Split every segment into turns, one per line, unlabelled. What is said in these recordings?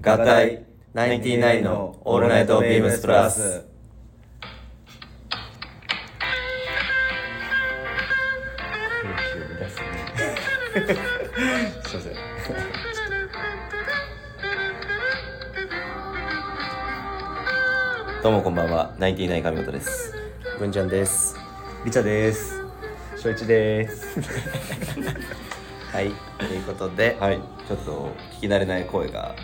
ガタイ99のオールナイトビームスプラス。
すいません
どうもこんばんは99神本です
文ちゃんです。
リチャです翔一です
はいということで、
はい
ちょっと聞き慣れない声が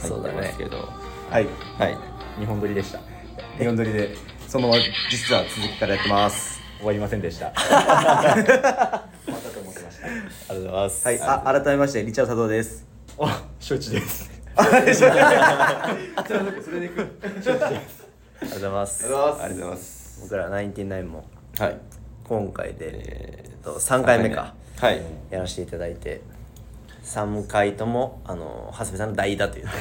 入ってますけど、
はい
はい
日本撮りでした日本撮りでそのまま実は続きからやってます終わりませんで したは
ありがとうございます
いあ改めましてリチャード佐藤ですあ翔一です
ありがとうございます。
ありがとうございます
僕らナインティナインも
はい
今回で
えー
と三回目か
三回目はい
やらせていただいて、三回ともあの長谷部さんの代打というこ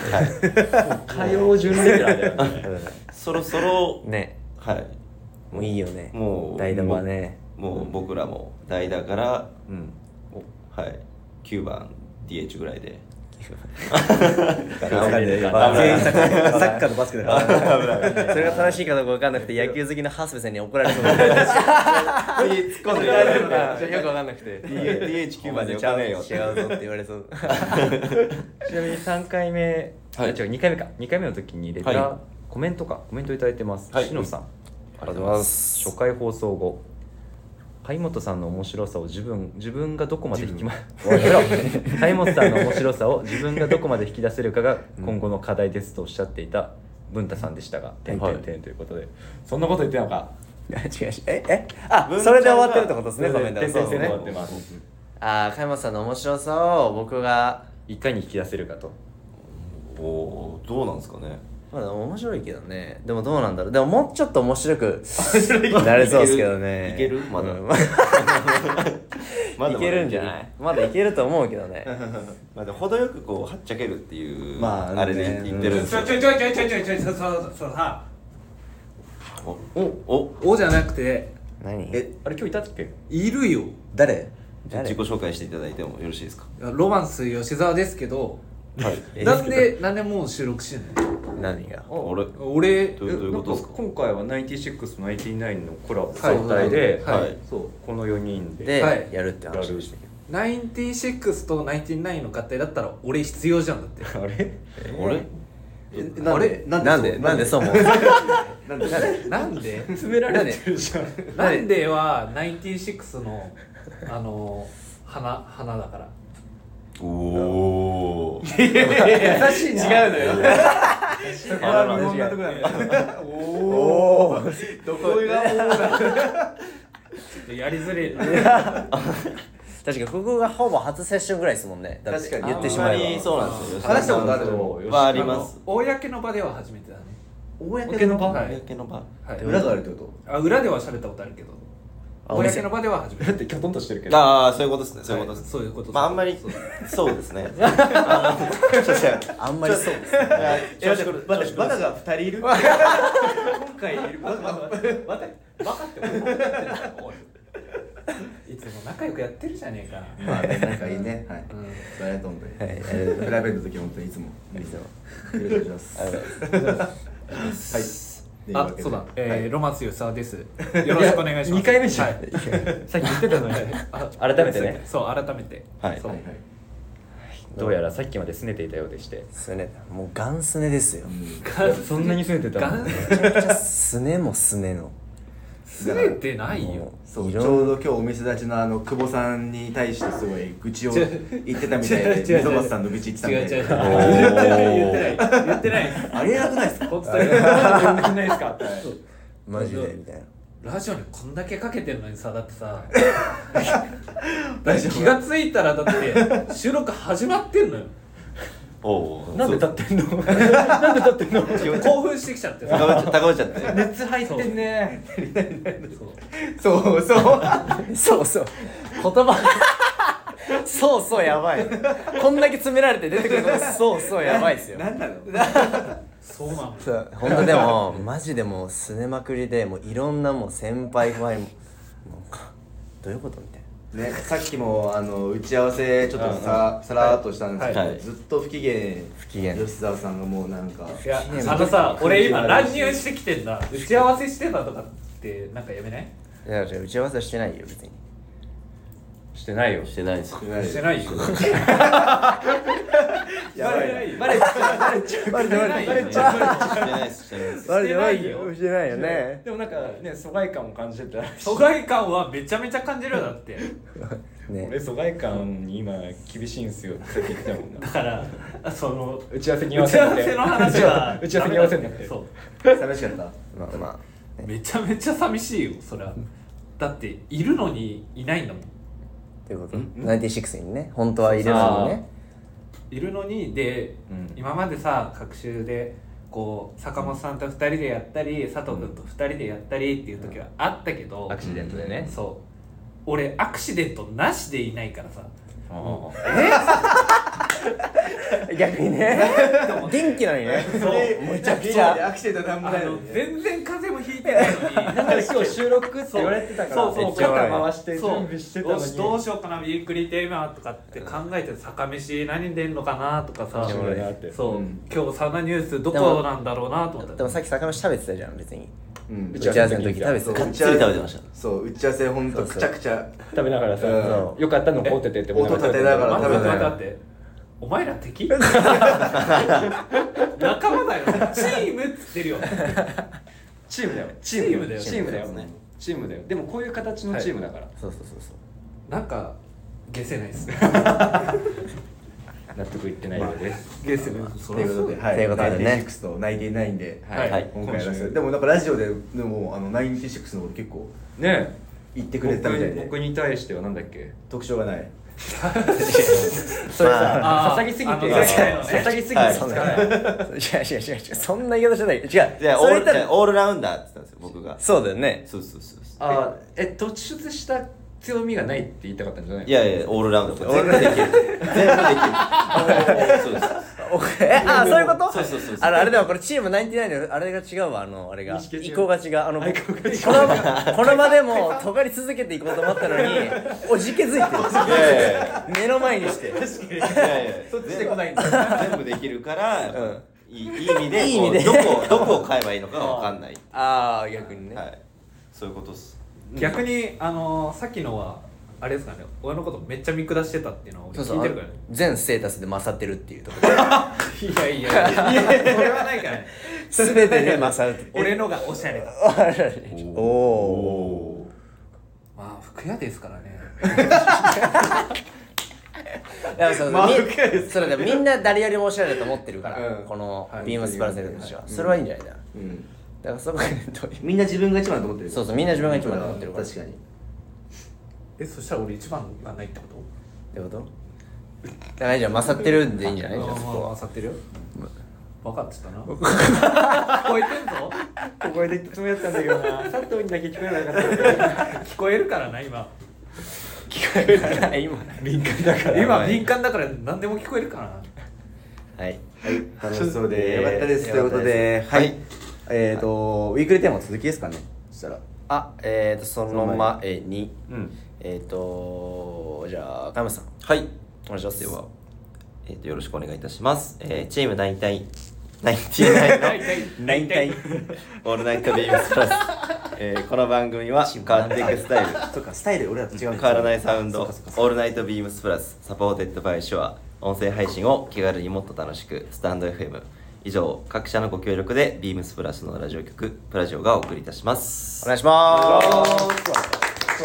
とで。
火曜準レギュラーだよ ね
そろそろ
ね、
はい
もういいよね。
もう
代打はね。
もう僕らも代打から、
うん
はい9番 DH ぐら いで
わかんない
危ない
全員サッカーサッカーとバスケだから
それが正しいかどうか分かんなくて野球好きの長谷部さんに怒られそうなよ
突っ込んで
く分かんなくて
DH9 番でよ
違う
かねえよ
違うぞって言われそう
ちなみに3回目、
はい
あ違う2回目か2回目の時に入れた、
はい
コメントかコメントいただいてます、
はい
しのさん
ありがとうございます
初回放送後貝本さんの面白さを自分自分がどこまで引きまやめろ 貝本さんの面白さを自分がどこまで引き出せるかが今後の課題ですとおっしゃっていた文太さんでしたが「点点点」ということで、そんなこと言ってなのか
違うしええあそれで終わってるってことですねコメントが
そうですね
そう
終わ
です
っ
ね
てます
あー加山さんの面白さを僕が
いかに引き出せるかと
おおーどうなんですかね
まあでも面白いけどねでもどうなんだろうでももうちょっと面白くなれそうですけどね
いけるまだ
うん
まだまだ
いけるんじゃないまだいけると思うけどね
まあでも程よくこうはっちゃけるっていう
まあ
あれで言ってるんです
ちょ
よ
ちょちょちょちょちょちょちょそうさ
おお
おじゃなくて
何
え
あれ今日いたっけ
いるよ
誰
じゃあ自己紹介していただいてもよろしいですか
ロマンス吉沢ですけど
はい
なんでなんでもう収録してんの
何が
俺どう
俺
どういうことですか
今回は96と99のコラボ
はい
状態で、
はい
はい
そうこの4人で
で、
はい
やるって
や
話
る
でしたけど
ナインティシックスとナインティナインの合体だったら俺必要じゃんだって
あれ
俺
あれ
なんでなんでそう思う
なんで
なんで
詰め られてるじゃん
なんではナインティシックスのあの花花だから
おおー
優しい違うのよ
そこは日本のとこだおおどこが
やりづれい
確かにここがほぼ初セッションぐらいですもんねだって
確かに
言ってしま
あんまり
えば
そうなんですよ
話したことある
そう
まああります
公の場では初めてだね
公の
は
公の場
はい
裏があるってこ
あ裏では喋ったことあるけど
あお店
公の場では初め
だっててきょとんとしてるけど
ああそういうことですねそういうことです
そういうこと
まああんまり
そう
そうですねあのちょっと違う
あんまりそうです
いや
と
調子狂う
待ってバカが2人いる
今 回いるバカ待ってバカって思ってたおいいつも仲良くやってるじゃねえか
まあね仲いいねはい
うん
それは本当に
はい
プライベートの時は本当にいつもいつもよろしくお願いしますはいというわ
あ
けで
そうだ、え
はい
ーロマンス吉沢ですよろしくお願いします
2回目じゃん、
はい
さっき言ってたのに
あ
改めてね
そう改めて
はい
そう
はいはい
どうやらさっきまで拗ねていたようでして
すねもうガンスネですよ
そんなに拗ねてた
ガ
の
ン
めちゃくちゃスネもスネの
すれてないよ
そう
い
ち
ろ
ょ
ん
うど今日お店立ちのあの久保さんに対してすごい愚痴を
違
言
う
ってたみたいで
違う違う違う
溝端さんの愚痴言ってたみ
違
た
う違う
い
違う言
で
って
あ
ない言ってない言ってないです
りえなくないですか
本当に言ってないですかそう
マジでみたいな
ラジオにこんだけかけてるのにさだってさ
大丈夫
気がついたらだって収録始まってんのよ
おお
なんで立ってんのなんで立ってんの
興奮してきちゃって
高
さ
めちゃ高めちゃって
熱入ってんね
そう
そうそう
そうそう言葉そうそうやばいこんだけ詰められて出てくるのそうそうやばいですよ
何なの
そうなの
そう本当で もマジでもうすねまくりでもういろんなもう先輩後輩もなんかどういうことみたいな
ね、さっきもあの打ち合わせちょっとささらっとしたんですけど、
はい
ずっと不機嫌
不機嫌
吉沢さんがもうなんか
いやあのさ俺今乱入してきてんな打ち合わせしてたとかってなんかやめない
いや打ち合わせはしてないよ別に
してないよ
してないですよ
してないよ
やばいな
バレ
バレてバレてバレちゃうしてないですしてないです
バレてないよ
してないよね
でもなんかね疎外感を感じてたらしい
疎外感はめちゃめちゃ感じるよだって
ね
俺疎外感に今厳しいんすよって言ってたもんな
だからその
打ち合わせに合
打
わ
ち
せ
合わせの話 は
打ち合わせに合わせんなくて
そう
寂しかった
まあま
めちゃめちゃ寂しいよそりゃだっているのにいないんだもん
あということナインティシックスにね本当はいるのにね
いるのにで、
うん
今までさ隔週でこう坂本さんと2人でやったり佐藤君と2人でやったりっていう時はあったけど、
アクシデントでね
そう俺アクシデントなしでいないからさ
あ
逆にね 元気なのにねむちゃくちゃ
アクセントなんも
あ
ないの
の
にね
全然風邪もひいてないの にだから今日収録って言われてたからそうそう
めっちゃ笑い
肩
そう
どうしどうしようかなびっくりテーマとかって考えて酒飯何出んのかなとかさ
面白いなって
そう、
うん
今日サウナニュースどこなんだろうなと思った
でもさっき魚食べてたじゃん別に
うん
打ち合わせの時食べてた
そう
がっつり食べてました
そう打ち合わせほんとくちゃくちゃ
食べながらさ
う
よかったの凍っててって
音立てながら
待って
食べ
待
た
って
よ
待ってお前ら敵仲間だよチームっつってるよ
チームだよチ
ームだよ
チームだよ
チームだよ
チームだよでもこういう形のチームだから
そうそうそうそう
なんか下せないっすね
納得いってないようです
下せないそ
ということで、
ということでね
96と99で、
はい
はい
今回は
今週
でもなんかラジオででもあの96のこと結構
ねえ
言ってくれてたみたい
僕
で
僕に対してはなんだっけ
特徴がない
それ
あ
さ
ー
捧ぎすぎて
あの前回のね
捧ぎすぎて
はい
つかない
違う違う違う違うそんな言い方じゃない違う
じゃあ
それ言った
オールじゃ
ら
あ
オールラウンダーって言ったんですよ僕が
そうだよね
そうそうそうそ
あーえ突出した強みがないって言いたかったんじゃないう
いやいやオールラウンダー全部できる全部できるそうです
お えあそういうこと
そうそうそうそう
あのあれでもこれチーム99のあれが違うわあのあれが
認識違う
意向が違うあのこのこの場でも尖り続けていこうと思ったのにおじけづい
いやいやいや
てる目の前にして
いやいや
そっちで来ないん
だ全部できるから、いいいい意味で
いい意味で
こうどこをどこを買えばいいのかが分かんない、
ああ逆にね、
はい、そういうことっす
逆にあのーさっきのはあれですかね俺のことめっちゃ見下してたっていうのは俺聞いてるからね
全ステータスで勝ってるっていうところ
いやいやいやいやそれはないからね
全てで勝る
俺のがおしゃれだ
おお
まあ服屋ですからね
いやそうそうみそれでみんな誰よりもおしゃれだと思ってるから、
うん
この
はい
ビームスプラスの人は、それはいいんじゃないかな、
うん
だからそこどういう
みんな自分が一番だと思ってる
そうそうみんな自分が一番だと思ってるから
確かに
えそしたら俺一番がないってこと
ってことだからじゃあ勝ってるんでいいんじゃないじゃあそこは
勝ってるよ分かってたな聞こえてんぞ
ここで言ったつもりだったんだけど な佐藤にだけ聞こえなかった
聞こえるからな今
今
敏感だから
今敏感だから何でも聞こえるからな
はい
楽しそうで
え
よ
ー
かったですということ
よ
で
かった
は
です
いえっとウィークリーテーマの続きですかねそしたら
あえっ、ー、とその前に
うん
えっ、ー、とじゃあ加山さんはいお願いしますでは、えー、とよろしくお願いいたします、えー、チーム大体99の
ナインタイ
オールナイトビームス プラス、えー、この番組は変わっていくスタイル
そうかスタイル俺らと違う
変わらないサウンド
そ
オ
うかそうか
ールナイトビームスプラスサポーテッドバイシュア音声配信を気軽にもっと楽しくスタンド FM 以上各社のご協力でビームスプラスのラジオ局プラジオがお送りいたします
お願いします
そ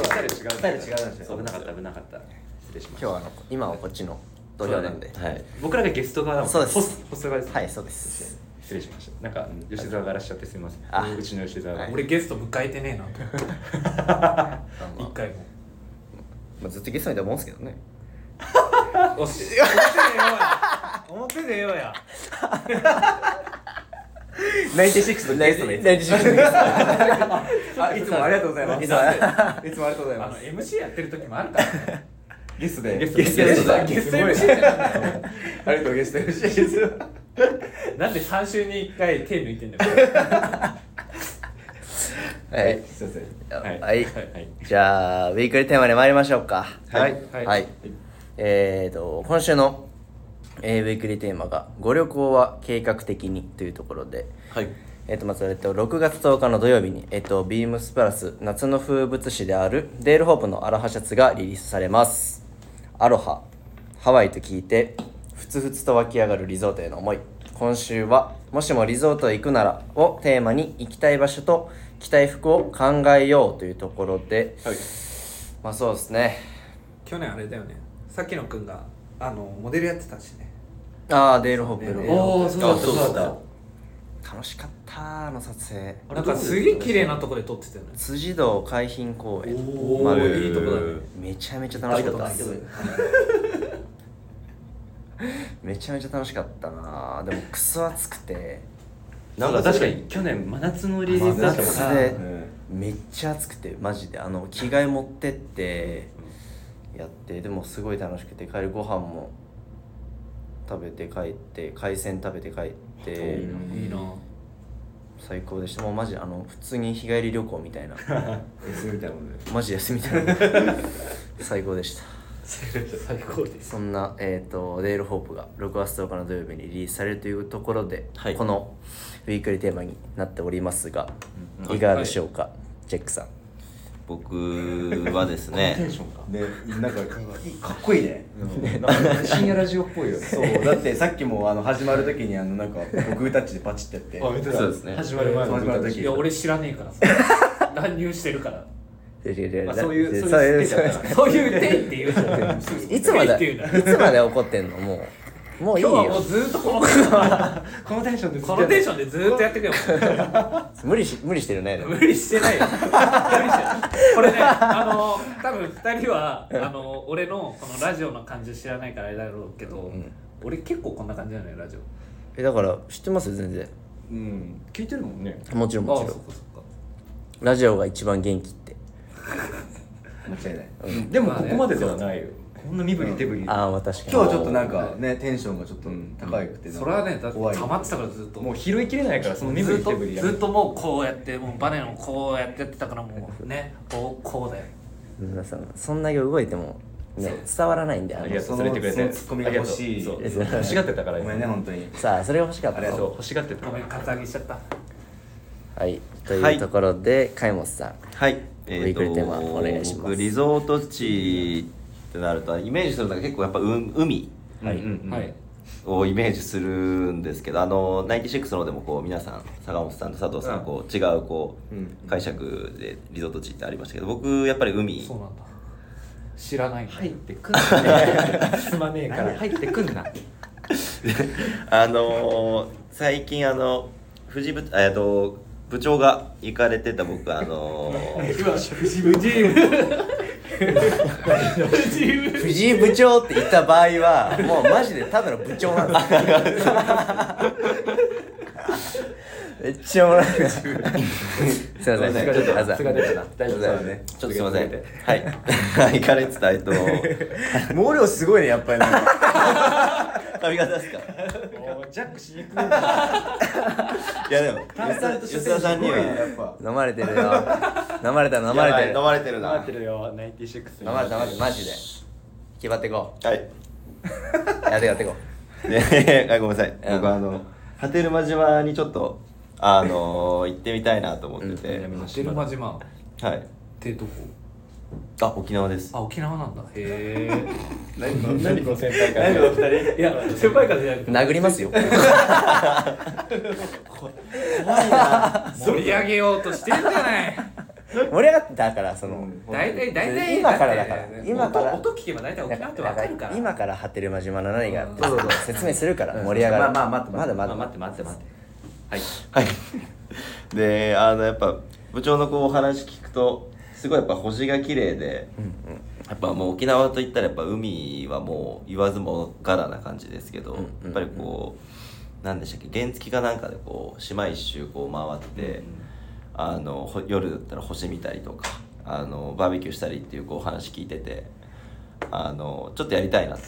うだスタイル違うなんです
そう危
よ
なかった危なかった失礼しました
今日はあの今はこっちの土俵なんで、
はい
僕らがゲスト側だもん
そうです
ホスホスト側です
はいそうです
失礼しましたなんか吉沢がらしちゃってすみませ
あ
んうちの吉沢が
俺ゲスト迎えてねえな一回も
まあ、ずっとゲストにいたもんですけど ね
おし表でええわや
大丈夫です
96のゲストであいつもありがとうございますいつもありがとうござい
あ
ま
の
す
MC やってる時もあるからね
ゲストで
ゲストで
ゲストだ
ゲスト
すごい
MC じゃないんだよ
ありがとうゲスト MC です
なんで3週に1回手抜いてんだよ
はい
すいません
はい、
はい
じゃあウィークリーテーマに参りましょうか
はい
は、
はいい
えー、と今週の、えーウィークリーテーマが「ご旅行は計画的に」というところで
はい
えっとまず、えっと、6月10日の土曜日に、えっと、ビームスプラス夏の風物詩であるデールホープのアロハシャツがリリースされますアロハハワイと聞いてふつふつと湧き上がるリゾートへの思い今週は「もしもリゾートへ行くなら」をテーマに行きたい場所と着たい服を考えようというところで、
はい
まあそうですね
去年あれだよねさっきのくんがあのモデルやってたしね
ああデールホープ
ね
の
おーそうだったそうだった
楽しかったあの撮影
なんかすげえ綺麗なとこで撮ってたよね
辻堂海浜公園
おー
丸
いいとこだね
めちゃめちゃ楽しかった
行たことないけど
めちゃめちゃ楽しかったなでもクソ暑くて
なんか
確
確
か
かに
に去年真夏のリリースだったもん
夏
な
で
うん
めっちゃ暑くてマジであの着替え持ってってやってでもすごい楽しくて帰りご飯も食べて帰って海鮮食べて帰って
いいな
最高でしたもうマジあの普通に日帰り旅行みたい な
休みみたいなもんで
マジ休みたいな最高でした
最高です
そんな、えー、とレールホープが6月10日の土曜日にリリースされるというところで、
はい
このウィークリーテーマになっておりますが、いかがでしょうか、ジェックさん
僕はですね
ね、なんかかっこいいね。
深夜ラジオっぽいよね
そう、だってさっきもあの始まる時にあのなんか僕たちでパチってやって。
そうですね
始まる前の
始まる時
いや俺知らねえから さ乱入してるからまあそういうそういう手だからそういう手って言うじゃん
いつま
手って言うな
でいつまで怒ってんのもうもういい
今日はも
よ
うずーっとこのこ
このテンションで
のテンションでずーっとやってくよ
無理し無理してるねでも
無理してないよ無理してないこれねあの多分二人はあの俺のこのラジオの感じ知らないからあれだろうけど、俺結構こんな感じなのよラジオ
えだから知ってますよ全然
うん、聞いてるもんね。
もちろん
あ
も
そ
ち
っか
ろ
そっ
ん
か
ラジオが一番元気って
間違いない。でもここまでではないよ。
こんな身振り手振り
ああまあ確かに
今日はちょっとなんかね、テンションがちょっと高くて。
それはねだって
怖い
溜まってたからずっと
もう拾いきれないからその身振
ず
り
っ
手
と
振りや
ずっともうこうやってもうバネのこうやってやってたからもうねこうこうだよ
皆さんそんだけ動いてもね伝わらないんであ
あり
の
がとうそれてくれ
その
て
ツッコミが欲
あ
しい
りがとうそう欲しがってたから
ごめんね、本当に。
さあそれが欲しかった
ありが
そう欲しがってた
ごめんカツアゲしちゃった
はい、と
は
いう
い
ところで、かいもつさん。
はい
ウィークリーテーマお願いします
僕リゾート地ってなるとイメージするのが結構やっぱうん海
はいうんうん
はい
をイメージするんですけどあの96の方でもこう皆さん坂本さんと佐藤さんこう違うこ
うん
う解釈でリゾート地ってありましたけど僕やっぱり海
そうなんだ知らない
入ってくんなすまねえから入ってくんな
あのー最近あの藤部えっと部長が行かれてた僕あ のー
藤井部長って言った場合は、もうマジでただの部長なんだ。めっちゃおもろいな。すいません、
素が出てた素が出てた大丈
ありがとう
夫
ござい
だ
ます
ね
ちょっとすいませんはい 行かれてたえっと
毛量すごいね、やっぱりね。
髪型ですか
ジャックしにく
い
い
やでも吉田さんには
やっぱ。
飲まれてるよ。飲まれた、飲
飲
まれてる。
飲
飲
まれてるな
なってるよ96
まれた、飲まれてる、マジで。気張ってこ
はい。
う。やってやってこ
で、 あごめんなさい。
うん
僕あの波照間島にちょっとあの行ってみたいなと思ってて、
南の
出る
島
間島っ
はい。
てどこ
あ沖縄です。
あ沖縄なんだへ
何この先輩から
えいや先輩からじゃなく
う。
て
殴りますよ。
盛り上げようとしてるじゃない
盛り上がってたから、その。
大体大体
今からだから
って
今から
音音聞けば大体沖縄ってわかるから
今から張ってる間島の何があって説明するから盛り上がる
まあまあ待って
まだまだ
まあ待って待って待ってはい
はい。で、あのやっぱ部長のこうお話聞くとすごいやっぱ星が綺麗で、やっぱもう沖縄といったらやっぱ海はもう言わずもがらな感じですけど、やっぱりこうなんでしたっけ原付かなんかでこう島一周こう回って、あのほ夜だったら星見たりとかあのバーベキューしたりっていうこうお話聞いててあのちょっとやりたいなって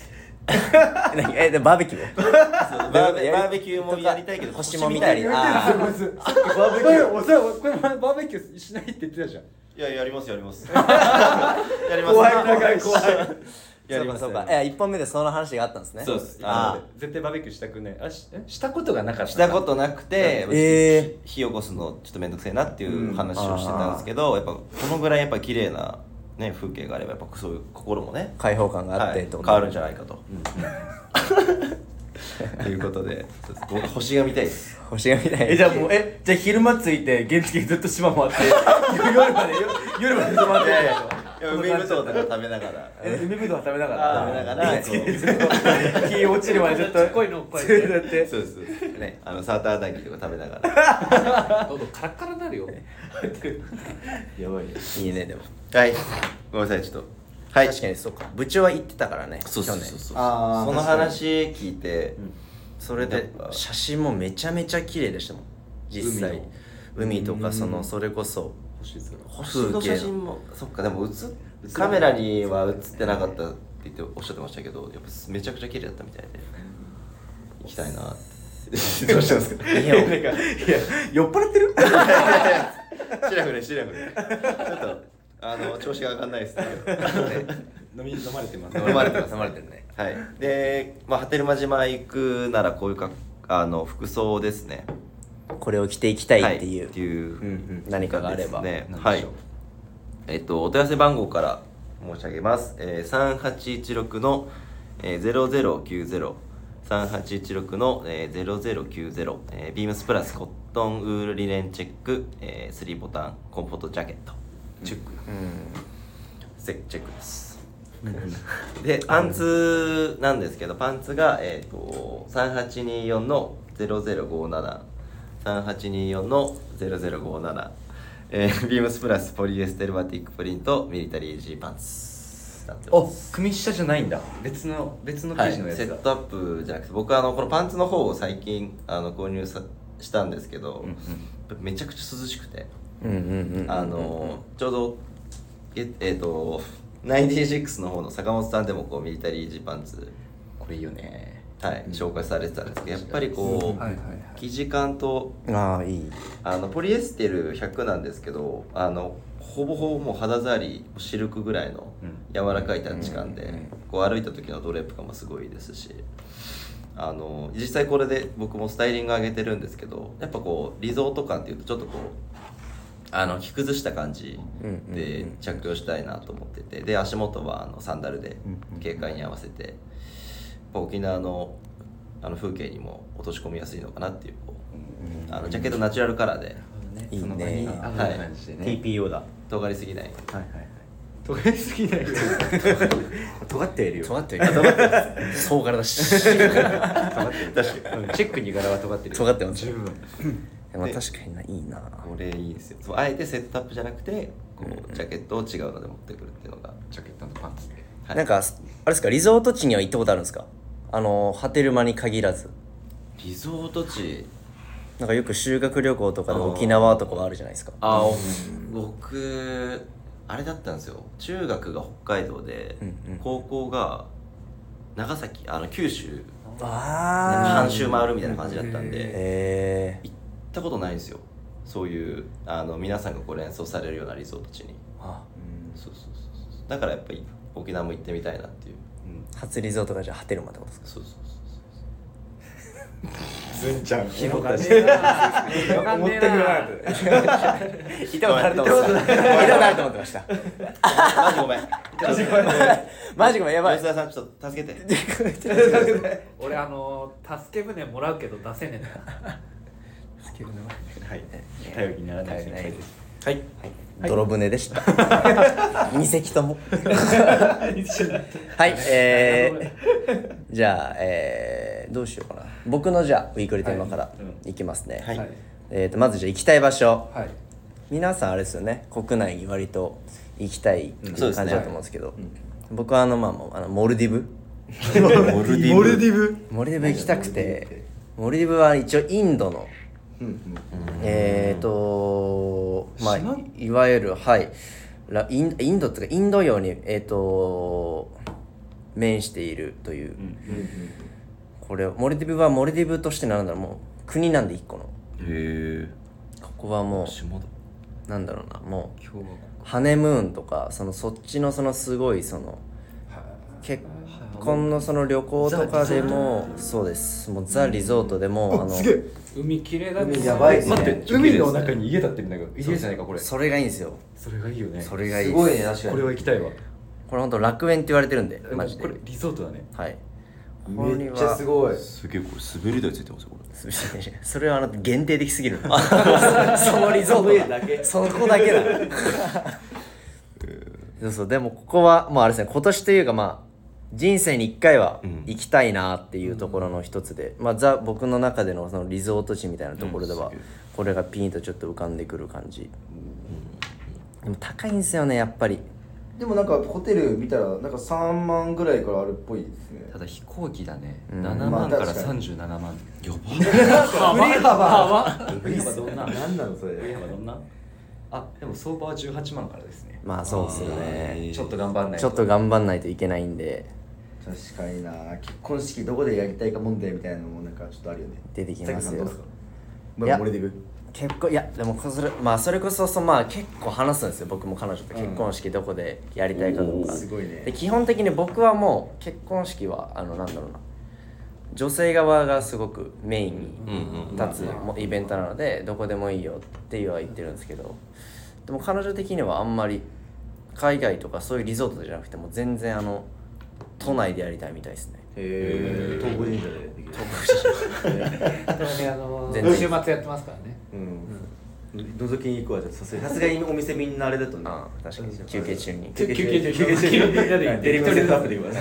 何 えでバーベキューを
バーベバーベキューもやりたいけど
星も見たりあー
こいつさっきバーベキューおそれこれバーベキューしないって言ってたじゃん
いややりますやります やります
怖い怖い怖い
やります
そうかそうかえ一本目でその話があったんですね
そうです
あ
あ
絶対バーベキューしたくないあしえしたことがなかった
したことなくて、
え
火起こすのちょっと面倒くせえなっていう話をしてたんですけど、やっぱこのぐらいやっぱ綺麗なね風景があればやっぱそういう心もね
ー開放感があってって
は
こと
い変わるんじゃないかと、 ということでそうです僕星が見たいです
星が見たい
えじゃあもうえじゃあ昼間着いて原付でずっと島回って夜 まで夜夜まで泊まって
いや海ぶどうとか食べながら
え海ぶどう食べなが
食べ
ら
ながらそう
ずっと日落ちるまでずっと
恋の声
ずっと
で
やって
そうですねあのサーターアンダギーとか食べながら
喉カラッカラになるよ
やばいね
いいねでも
はいごめんなさいちょっとはい
確かにそうか部長は言ってたからね
そうそうそう
去
そう
年
そ
あー
の話聞いて、
それで写真もめちゃめちゃ綺麗でしたもん実際海とかそのそれこそ
星空
星の写真もそっかでも映っカメラには映ってなかったって言っておっしゃってましたけどやっぱめちゃくちゃ綺麗だったみたいで行きたいなって どうしたんですか
いいよ
なんかいや酔っ払ってる
シラフねシラフね ちょっとあの調子が上がんないですね
飲み飲まれてます
飲まれてます
飲まれてるね
はいで、まあ、波照間島行くならこういうかあの服装ですね
これを着ていきたいって
は
いう
っていう
うんうん
何かがあれば
ですね、
なん
は
で
い
しょう
えっとお問い合わせ番号から申し上げます、えー、3816の、えー、00903816の、えー、0090、えー、ビームスプラスコットンウールリネンチェック、えー、スリーボタンコンフォートジャケットチェック、せチェックですでパンツなんですけどパンツが、えー、と3824の00573824の0057えー、ビームスプラスポリエステルバティックプリントミリタリージーパンツなってま
お
す
組下じゃないんだ
別の別の
は
生
い、
地のや
セ
つだ
ットアップじゃなくて僕あのこのパンツの方を最近あの購入さしたんですけど、めちゃくちゃ涼しくて、
うんうんうん
あのちょうどえっ、えー、と96の方の坂本さんでもこうミリタリージーパンツ、
これいいよね
はい、紹介されてたんですけどやっぱりこう、
はいはいはい
生地感と
ああいい
あのポリエステル100なんですけどあのほぼほぼもう肌触りシルクぐらいの柔らかいタッチ感で、こう歩いた時のドレープ感もすごいですしあの実際これで僕もスタイリング上げてるんですけどやっぱこうリゾート感っていうとちょっとこうあの着崩した感じで着用したいなと思っててで足元はあのサンダルで軽快に合わせてやっぱ沖縄のあの風景にも落とし込みやすいのかなっていうこうあのジャケットナチュラルカラーで
いいね
あ
は
こんない感じでね
TPO だ
尖りすぎない
はいはいはい
とがりすぎないよ
尖っているよ
尖ってるよそうからだし
チェックに柄は尖ってる
尖ってます
十分
まあ確かにないいな
これいいですよそうあえてセットアップじゃなくてこうジャケットを違うので持ってくるっていうのが
ジャケットとパンツで
はい
なんかあれですかリゾート地には行ったことあるんですかあの波照間に限らず
リゾート地
なんかよく修学旅行とかで
あー
沖縄とかはあるじゃないですか
あ僕あれだったんですよ中学が北海道で、
うんうん
高校が長崎あの九州
あ
半周回るみたいな感じだったんで
ええ
行ったことないんですよそういうあの皆さんがこう連想されるようなリゾート地に
あ
そうそうそうそうだからやっぱり沖縄も行ってみたいなっていう
初リゾートがじゃあ波照間ってことですか
そうそうそう
ずんちゃん
思ったし
思ってるな
行ったことあると思ってました行ったことあると思ってました
そうマジごめんマジごめん
マジごめんやばい
吉田さんちょっと助けて
俺あの助け舟もらうけど出せねえんだ
はい頼りにならない先輩です
はい
泥船でした。 二隻とも。はい、えー、じゃあ、えー、どうしようかな。僕のじゃあ、ウィークリーテーマからいきますね。
はい
えーと、まずじゃあ行きたい場所。
はい
皆さんあれですよね、国内に割と行きたいっていう
そうですね
感じだと思うんですけど、僕はあの、まあまあ、あのモルディブ
モルディブモルディブ
モルディブ行きたくて、モルディブは一応インドのえーとまあいいわゆるはいラインインドっていうかインド洋にえーと面しているという、これモルディブはモルディブとしてなんだろうもう国なんで一個の
え
ここはも
島だ
うなんだろうなもう
共和国
ハネムーンとかそのそっちのそのすごいその結婚のその旅行とかでもそうですもうザ・リゾートでも、あの
すげえ
海綺麗だね
やばいっすね
待って
海の中に家建ってるんだけど家じゃないかこれ
それがいいんですよ
それがいいよね
それがいい
す
です
ごいね確かに
これは行きたいわ
これ本当楽園って言われてるんでマジで
これリゾートだね
はい
めっちゃすごい
すげえこれ滑り台ついてますよこれ
すみませんそれはあなた限定的すぎ るなそのリゾートだそこだけだそうそうでもここはもうあれですね今年というかまあ人生に1回は
うん
行きたいなっていうところの一つで、まあザ僕の中でのそのリゾート地みたいなところで
うん
は
すげえ
これがピンとちょっと浮かんでくる感じ、でも高いんですよねやっぱり
でもなんかホテル見たらなんか3万ぐらいからあるっぽいですね
ただ飛行機だね、
うん
7
まあ
万から
確かに
37万
振り幅
振り幅どんな
何なのそれ
どんなあでも相場は18万からですね
まあそうですよね
ちょっと頑張んない
ちょっと頑張んないといけないんで
確かにな結婚式どこでやりたいか問題みたいなのもなんかちょっとあるよね
出てきますよ
さっきさんどうですかま
いや
だ漏れていく
結構いやでもこそれまあそれこそそまあ結構話すんですよ僕も彼女と結婚式どこでやりたいかどうか、
すごいね
で基本的に僕はもう結婚式はあのなんだろうな女性側がすごくメインに立つもうイベントなのでどこでもいいよっては言ってるんですけどでも彼女的にはあんまり海外とかそういうリゾートじゃなくてもう全然あの都内でやりたいみたいですね
へえ東郷神社でできる
だからねあの
全然
週末やってますからね
うん覗きに行くわじゃあさすがにさすがにお店みんなあれだとね
ああ確かに休憩中に
休憩中
休憩中
休憩中デリバリーセットアップで行くわ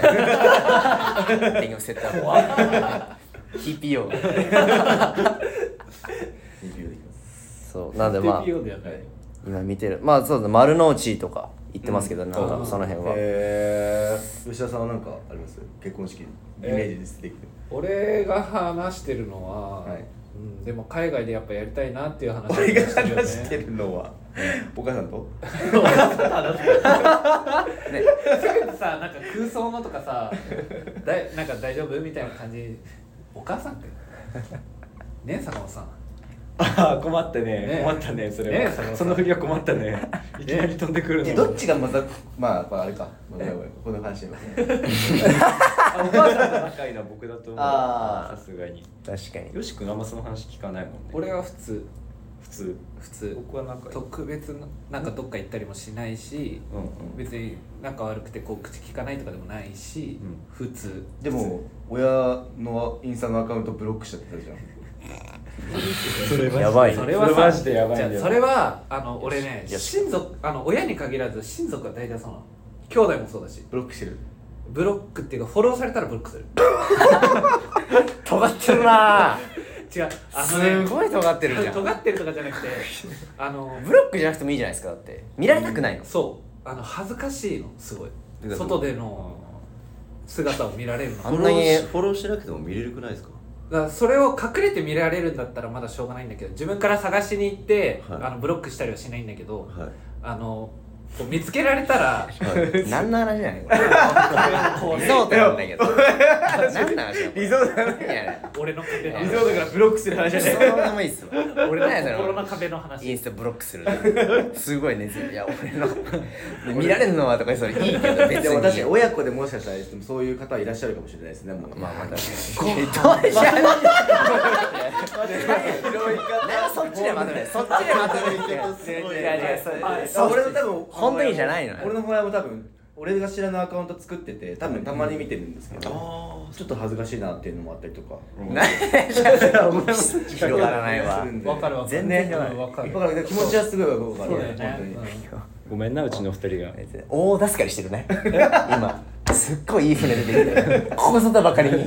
ティングセット アップ TPO
デリバリーで行きます
そうなんでまあ
TPO でやったり
今見てるまあそうだ丸の内とか行ってますけど、なんかその辺は、
へえ吉田さんは何かあります結婚式イメージですできる
俺が話してるのは、
はい
うん、でも海外でやっぱやりたいなっていう話を
俺が
よね
話してるのはお母さんと
さなんか空想のと かさだいなんか大丈夫みたいな感じお母 さんって姉さんもさ
ああ困ったね
ね
困ったねそれ
ね
は、
えその
その振りは困ったねいきなり飛んでくる
え
の
どっちがまたまあまああれかごめんごめんこの話は
あお母さんと仲いいのは僕だと思う
あー
さすがに
確かに
よし君あんまその話聞かないもんね
俺は普通
普通
普通
僕はなんか
特別ななんかどっか行ったりもしないし、
うんうん
別に仲悪くてこう口聞かないとかでもないし、
うん
普通
でも親のインスタのアカウントブロックしちゃってたじゃん
やばい
それはさ
それマジでやばいんだよ
じゃあそれはあの俺ね
よし
親族あの親に限らず親族は大体そうなの兄弟もそうだし
ブロックしてる
ブロックっていうかフォローされたらブロックする
尖ってるなぁ
違うあ
すごい尖ってるじゃん
尖ってるとかじゃな くてあの
ブロックじゃなくてもいいじゃないですかだって見られたくないの、
そうあの恥ずかしいのすごい
だから
外での姿を見られるの
あ
だ
んなに
フォローしなくても見れるくないですか
からそれを隠れて見られるんだったらまだしょうがないんだけど自分から探しに行って、
はい
あのブロックしたりはしないんだけど、
はい
あのこう見つけられた ら
何の話じゃないのこれ
こ
リゾートなんだけど何の話だリゾートなんだ
う俺の壁の
リゾ
だからブロックする話
そのでもいいっすわ
俺
何や
の
そ
心
の
の壁の
イン
話
スタブロックするすごいねいや俺ので見られるのはとかそれいいけど別
でも確かに
に
親子でもしかしたらそういう方いらっしゃるかもしれないですねもう
まあまあ確かに そっちでまとめそっちでまとめ
あ俺の多分
本当にじゃないのよ
俺の母親も多分俺が知らないアカウント作ってて多分たまに見てるんですけど、ちょっと恥ずかしいなっていうのもあったりとか
広がらないわ
わかるわかる
全然じゃない
うんわか
だ
る
からね気持ちはすごいわかる
そうだよ
本当
ね
に、
ごめんなうちの二人が
大助かりしてるね今すっごいいい船出てきてるここぞとばかりに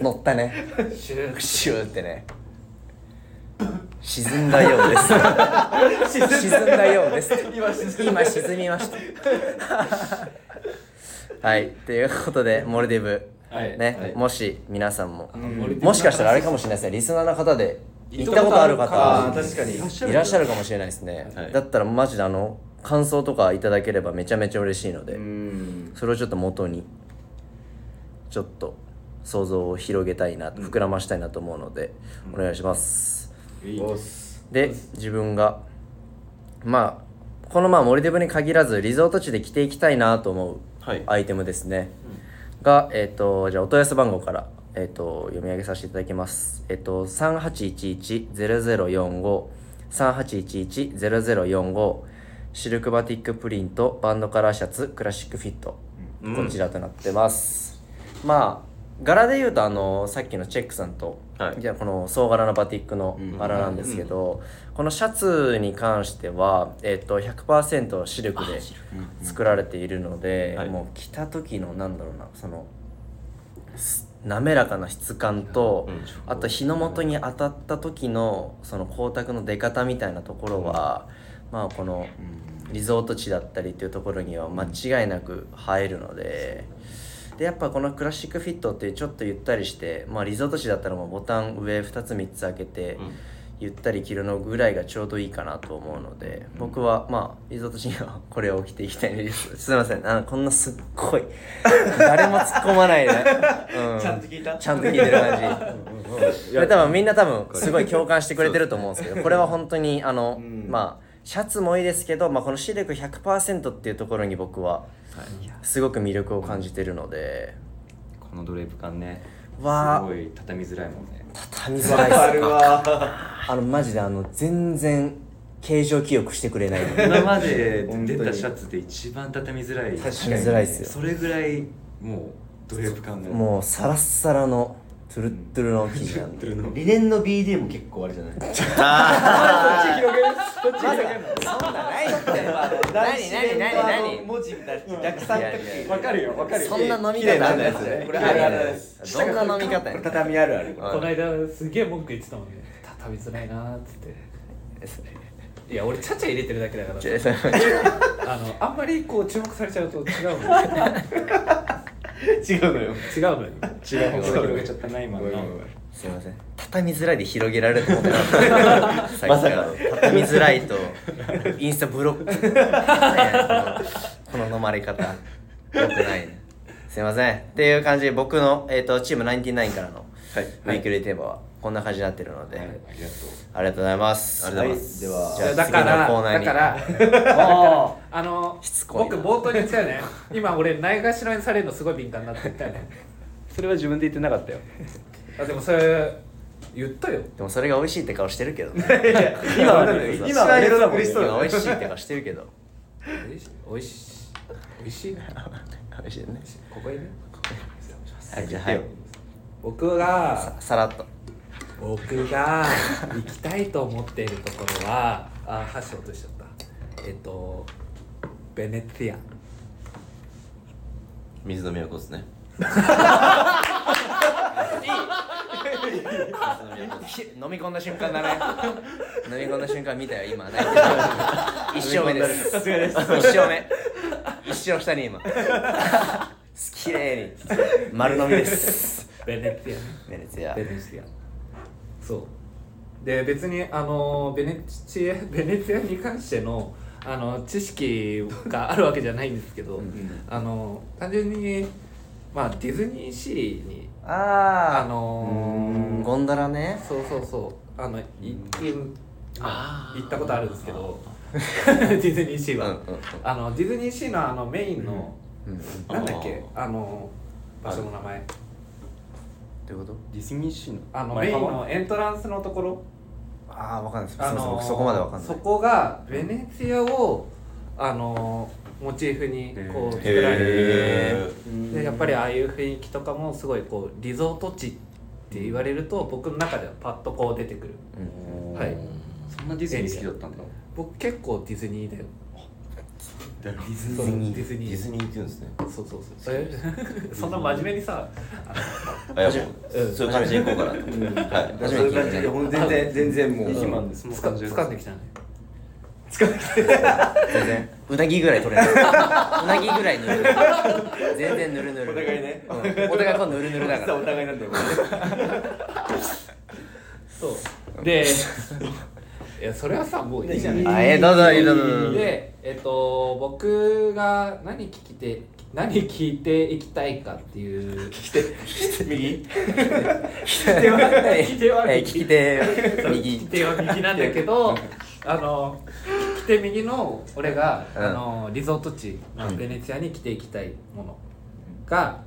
乗ったね
うんシュー
シューってね沈んだようです沈んだようです今沈みましたはいということでモルディブ、
はい
ね、もし皆さんも、
森田
もしかしたらあれかもしれないですねリスナーの方で行ったことある
ああ
方
確かに
いらっしゃるかもしれないですね、
はい
だったらマジであの感想とかいただければめちゃめちゃ嬉しいので、
うん
それをちょっと元にちょっと想像を広げたいな、膨らましたいなと思うので、お願いします。
おっす
で自分がまあこのまあモルディブに限らずリゾート地で着ていきたいなと思う
はい
アイテムですね、がえっ、とじゃあお問い合わせ番号から、えっと読み上げさせていただきますえっ、と3811-0045 3811-0045シルクバティックプリントバンドカラーシャツクラシックフィット、こちらとなってますまあ柄で言うとあのさっきのチェックさんと、
はい
じゃあこの総柄のバティックの柄なんですけど、このシャツに関しては、えっと100%シルクで作られているので、
はい
もう着た時のなんだろうなそのす滑らかな質感と、あと日の元に当たった時のその光沢の出方みたいなところは、まあこのリゾート地だったりっていうところには間違いなく映えるので。でやっぱこのクラシックフィットっていうちょっとゆったりして、まあ、リゾート地だったらもうボタン上2つ3つ開けて、ゆったり着るのぐらいがちょうどいいかなと思うので、僕はまあリゾート地にはこれを着ていきたい ですすいませんあのこんなすっごい誰も突っ込ま ないで、うん、ちゃんと聞いたちゃんと聞いてる感じで多分みんな多分すごい共感してくれてると思うんですけどこれは本当にあの、まあシャツもいいですけど、まあ、このシルク100%っていうところに僕はすごく魅力を感じてるので、
このドレープ感ね
わあ
すごい畳みづらいもんね
畳みづらい
あ
です
るわ
あのマジであの全然形状記憶してくれない
今まで出たシャツで一番畳みづらい
畳みづらいですよ
それぐらいもうドレープ感が
もうサラッサラのトゥルットゥルの生地なん で
理念の BD も結構あれじゃない
何何何
文字みたいな逆三角形
わかるよわかるよ
そんな飲み
綺
方
麗な
あ
あ
る
れ
や
ですね
つ
これあるあるです
どんな飲み方やねん
畳あるある
この間すげえ文句言ってたもんね畳みづらいなーっつっていや俺ちゃちゃ入れてるだけだからあのあんまりこう注目されちゃうと違うのよ
違うのよ
違うのよ
違う方が広げちゃったな今の
すいません畳みづらいで広げられると思ってなかったまさかの畳みづらいとインスタブロックねこのこの飲まれ方良くないねすいませんっていう感じで僕の、えー、とチーム99からのウィークリーテーマはこんな感じになってるので、
ありがとう
ありがとうございます
ありがとうございます
はい
は
じゃあ
だから
次のコーナー
だ
に
からだからあの
しつこいな
僕冒頭に言ったよね今俺ないがしろにされるのすごい敏感になって言った よね
それは自分で言ってなかったよ
あでもそれ言ったよ
でもそれが美味しいって顔してるけどね
今はね今はね嬉しそうだ
今
ね
美味しいって顔してるけど
美味しい美味しい美味しい
美味しいね
ここいる
はいじゃあはい
僕が
ささらっと
僕が行きたいと思っているところはあ箸落としちゃったえっとベネツィア
水の都ですね
飲み込んだ瞬間だね 飲み込んだ瞬間見たよ今ね 一生目ですさすがです一生目一生下に今綺麗に丸飲みです
ベネツィ
ベネツィ
ア
ア
ベネツィアそうで別にあのベネチア ベネツィアに関してのあの知識があるわけじゃないんですけど、あの単純にまあディズニーシーにあ
あー
の
うんゴンドラね
そうそうそうあの行ってまあ行ったことあるんですけど ディズニーシーは、あのディズニーシーのあのメインの、なんだっけあの場所の名前
どういうこと
ディズニーシーの
あの
前
メイン
浜
のエントランスのところ
ああわかんないです
あ
すいません
の
僕そこまでわかんない
そこがベネツィアをあのモチーフにこう作られて
へ
いてでやっぱりああいう雰囲気とかもすごいこうリゾート地って言われると僕の中ではパッとこう出てくる、はい
そんなディズニー好きだったんだ
僕結構ディズニーだよ
ディズ
そうディズニー
ディズニーって言うんですね
そうそうそうえそんな真面目にさ
あいやもうそういう感じでいこうかなと思ってはい
そういう感じでほん全然全然もう
今その
つか
感じ
掴んできたね
全然うなぎぐらい取れないうなぎぐらいぬるぬる全然ぬるぬるお
互いね
お互い今度ぬるぬるだか
実
ら
はお互いなんだよ
そうでいやそれはさもういいじゃない
あえーどうぞどうぞどうぞ
でえっと僕が何聞きて聞き何聞いていきたいかっていう
右
聞いては
え
聞いては
え聞き手右
聞き手は右なんだけ どあの聞き手右の俺が、
うん
あのリゾート地、まあ、ベネチアに着ていきたいものが、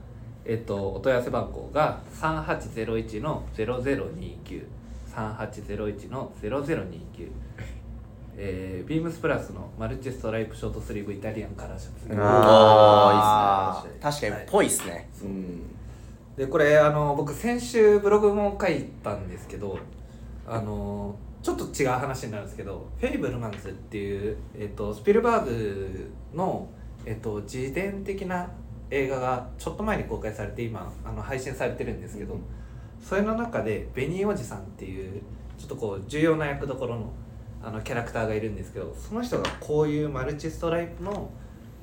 えっと、お問い合わせ番号が3801の00293801の0029えー、ビームスプラスのマルチストライプショートスリーブイタリアンカラーシャツ
ああ
いいっすね
確かにぽいっすね
うん
でこれあの僕先週ブログも書いたんですけどあのちょっと違う話になるんですけど「フェイブルマンズ」っていう、えっとスピルバーグの、えっと自伝的な映画がちょっと前に公開されて今あの配信されてるんですけど、それの中でベニーおじさんっていうちょっとこう重要な役どころのあのキャラクターがいるんですけどその人がこういうマルチストライプの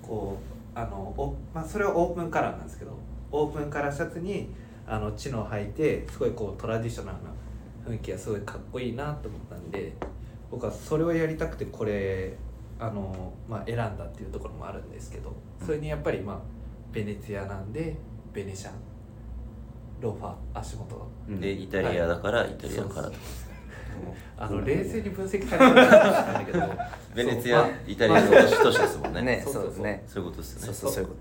こうあのお、まあ、それはオープンカラーなんですけどオープンカラーシャツにあのチノを履いてすごいこうトラディショナルな雰囲気がすごいかっこいいなと思ったんで僕はそれをやりたくてこれあの、まあ、選んだっていうところもあるんですけどそれにやっぱりまあベネツィアなんでベネシャンローファー足元
でイタリアだからイタリアンカラーとか
あの冷静に分析されてるんだけど
ベネツィ
そ
ア
うまあ
イタリアの都市都市ですもんね
ね
そう
そ
そうう
ですね
そういうことですよね
そうそうそういうこと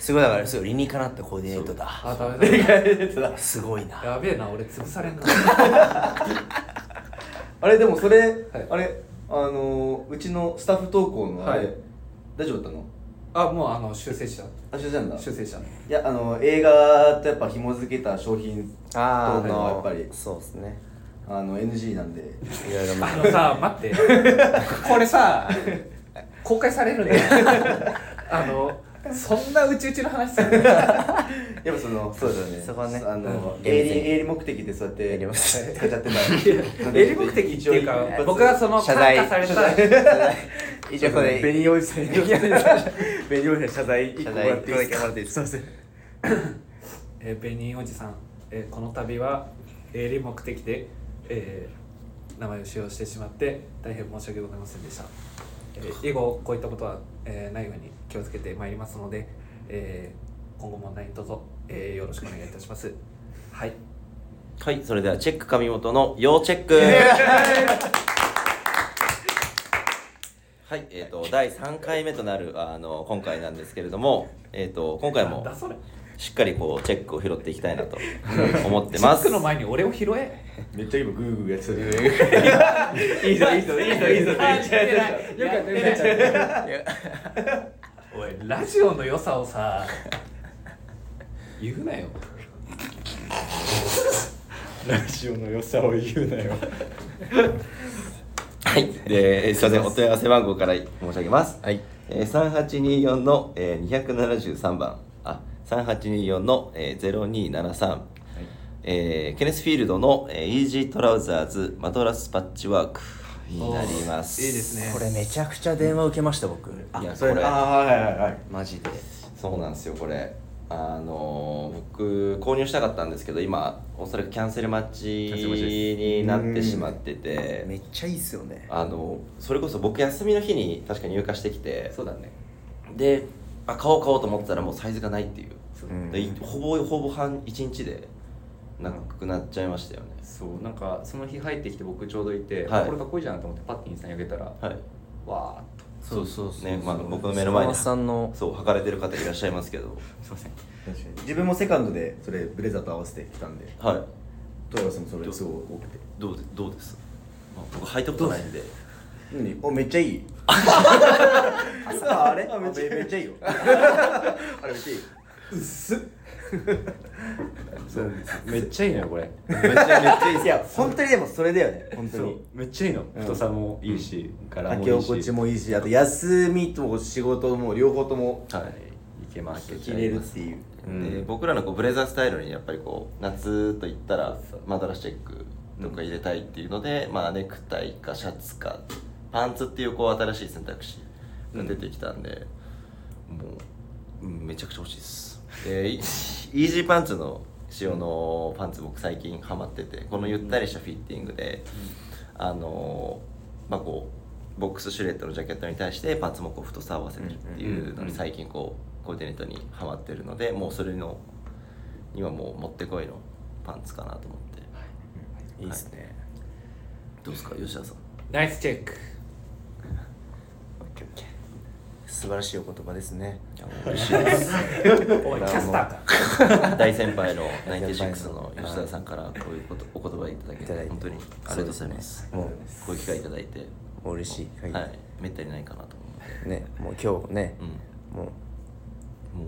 すごいだからすごい理にかなったコーディネートだ
あダメ だ
すごいな
やべえな俺潰されんな
あれでもそれ、
い
あれあのーうちのスタッフ投稿のあ
は
れ、
い
大丈夫だったの
あもうあの修正した
あ修正なんだ
修正した
いやあの映画とやっぱ紐付けた商品
あ
とかはやっぱり
あそうですね
あの NG なんで
いろいろまあ
あのさ待ってこれさ公開されるね あのそんなうちうちの話する の
やっぱそのそうだよね
そこはね
あの
うん
営利営利目的でそうやって
営利目的
使っちゃってた
営利目的っていうか僕はその
謝罪
感化された
以上これ
ベニーおじさんベニーおじさん謝罪一個
謝
もら
罪
ってい
こ
い
れだけ
で
も
すから
っていいですか
えー、ベニーおじさん、えーこの度は営利目的で、えー名前を使用してしまって大変申し訳ございませんでした、えー以後こういったことは、えーないように気をつけてまいりますので、えー今後も何卒、えーよろしくお願いいたしますはい
はいそれではチェック神本の要チェックはいえー、と第3回目となるあの今回なんですけれども、えー、と今回
なん
も
だそれ
しっかりこうチェックを拾っていきたいなと思ってま
チェッ
す
クの前に俺を拾え
めっちゃ今グーグーやってる
いいぞいいぞいいぞいいぞよかったよかった おいラジオの良さをさ言うなよ
はい、で、えーすみません、お問い合わせ番号から申し上げます。はい、えー、三八二四の、えー、二百七十三番。あ、三八二四の、えー、ゼロ二七三。えーケネスフィールドの、えー、イージートラウザーズマトラスパッチワークになります。
いいですね
これめちゃくちゃ電話受けました僕
いや、
そ
こ
れ
れ、
ああはいはいはい
マジで
そうなんですよ、これ。あのー僕購入したかったんですけど今おそらくキャンセル待ちになってしまってて
めっちゃいいっすよね
あのそれこそ僕休みの日に確か入荷してきて
そうだね
であ買おう買おうと思ってたらもうサイズがないっていう、
うん
でいほぼほぼ半1日でなくなっちゃいましたよね、
そうなんかその日入ってきて僕ちょうどいて、
はい
これかっこいいじゃんと思ってパッてインスタにあげたら、
はい
わーっと
そうそうそう
ねまあ、僕の目の前に
さんの
そう履かれてる方いらっしゃいますけど
すいません
確かに自分もセカンドでそれブレザーと合わせてきたんで
はい
問い合わせもそれすごく多くて
どうでどうです、まあ、僕履いたことないんで
何おめっちゃいいあれあめっちゃめっちゃいいよあれめっちゃいいよ
めっちゃいいのよこれ
めっちゃめっちゃいいいや本当にでもそれだよね本当に
めっちゃいいの
うん
太さもいいし、柄
履
も
き
いい
心
し
地もいいしあと休みと仕事も両方とも
はいいけます
着れるっていう
で僕らのこうブレザースタイルにやっぱりこう夏といったらマドラスチェックとか入れたいっていうので、まあ、ネクタイかシャツかパンツっていうこう新しい選択肢が出てきたんで、もう、うんめちゃくちゃ欲しい ですでイイージーパンツの仕様のパンツ僕最近ハマっててこのゆったりしたフィッティングで、あのーまあこうボックスシルエットのジャケットに対してパンツもこう太さを合わせてるっていうのに最近こうコーディネートにハマってるのでもうそれの今もうもってこいのパンツかなと思って、
いいですね。
どうですか吉田さん
ナイスチェック
オッケーオッケー素晴らしいお言葉ですね。
いやもう嬉しいです
おいキャスター か
大先輩の96の吉田さんからこういうことお言葉いただけ
いただいて
て本当にありがとうございます
も
こういう機会いただいて
う嬉しい限り
はいめったにないかなと思うので
ね、もう今日ね、も
うん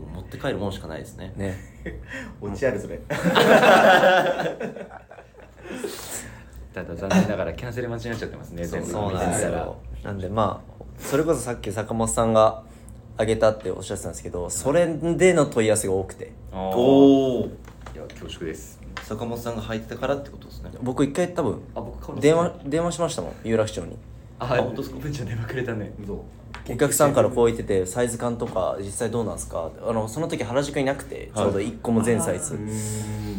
もう持って帰るもんしかないですね
うね、
落ちあるそ れ
ただ残念ながらキャンセル待ちになっちゃってますね
そう
全部
そうなんで
見て
す
た
よ
ら
なんでまあそれこそさっき坂本さんがあげたっておっしゃってたんですけど、それでの問い合わせが多くて、
おお
おお
いや恐縮です
坂本さんが入ってたからってことですね
僕一回多分
あ僕顔出せ
電話電話しましたもん有楽町に。
あ本当ですか文ちゃん電話くれたね
お客さんからこう言っててサイズ感とか実際どうなんですかあのその時原宿いなくてちょうど1個も全サイズ、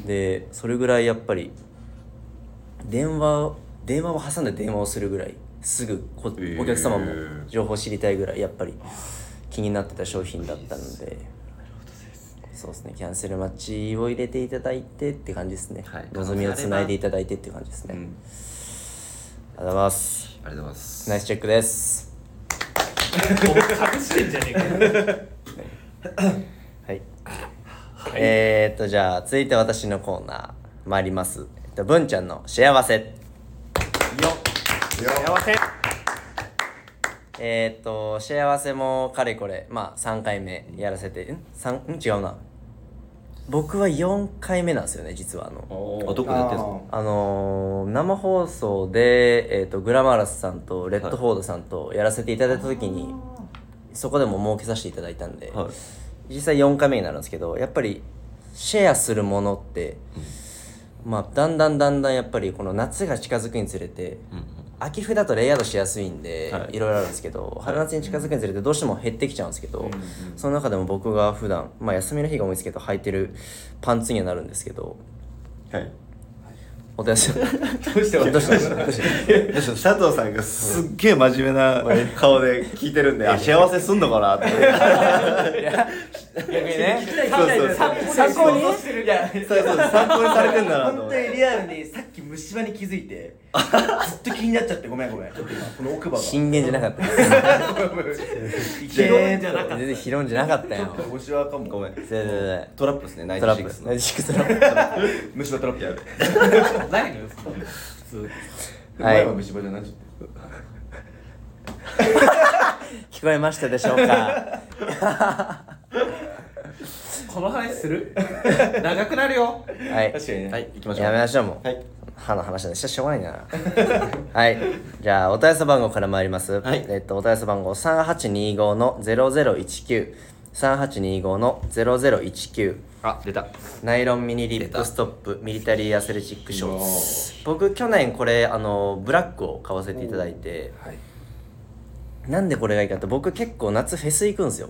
でそれぐらいやっぱり電話電話を挟んで電話をするぐらいすぐこお客様も情報知りたいぐらいやっぱり気になってた商品だったのでそうですねキャンセル待ちを入れていただいてって感じですね、
はい
望みをつないでいただいてって感じですね、ありがとうございます
ありがとうございます
ナイスチェックです
隠してんじゃねえかよ
はい。 えー、っと、じゃあ、続いて私のコーナー、参ります。えっと、文ちゃんの幸せ。
幸せ
えー、っと、幸せもかれこれ、まあ、3回目やらせて、ん三ん違うな。僕は4回目なんですよね、実は。あの、
あどこでやってるんで
あのー生放送で、えーっと、グラマラスさんと、レッドフォードさんとやらせていただいたときに、そこでも儲けさせていただいたんで、
すかはい
実際4回目になるんですけどやっぱりシェアするものって、まあだんだんだんだんやっぱりこの夏が近づくにつれて、秋冬だとレイヤードしやすいんで、
はい
い、ろいろあるんですけど春夏に近づくにつれてどうしても減ってきちゃうんですけど、その中でも僕が普段まあ休みの日が多いんですけど履いてるパンツにはなるんですけど
はい
お手足どう
して
したどうしたどうした
佐藤さんがすっげえ真面目な顔で聞いてるんで、あ幸せすんのかなって
逆にね
そうそうそう
参考に
いや
そうそう参考にされてんだなと思
本
っ
当に
て
リアルにさっき虫歯に気づいてずっと気になっちゃってごめんごめんちょっと今この奥歯が
真剣じゃなかったです
拾うんじゃなかった
全然拾うんじゃなかった よ
虫歯かも
ごめん
全然全然
トラップですねナイ
ト
ト
ラ
シ
ッ
ック
プ
ス
ナ
の
イトシックストラップ
虫歯トラップやる
ないのよそんな
はい
前は虫歯じゃないちょっと
聞こえましたでし ょうか
この話する 長くなるよ
はい
確かにね
はい行きましょう
やめましょうもう、
はい
歯の話なんてしちゃしょうがない なはいじゃあお問い合わせ番号から参ります、
はい
えっとお問い合わせ番号3825の0019 3825の0019
あ出た
ナイロンミニリップストップミリタリーアスレチックショーツ僕去年これあのブラックを買わせていただいて、なんでこれがいいかって僕結構夏フェス行くんですよ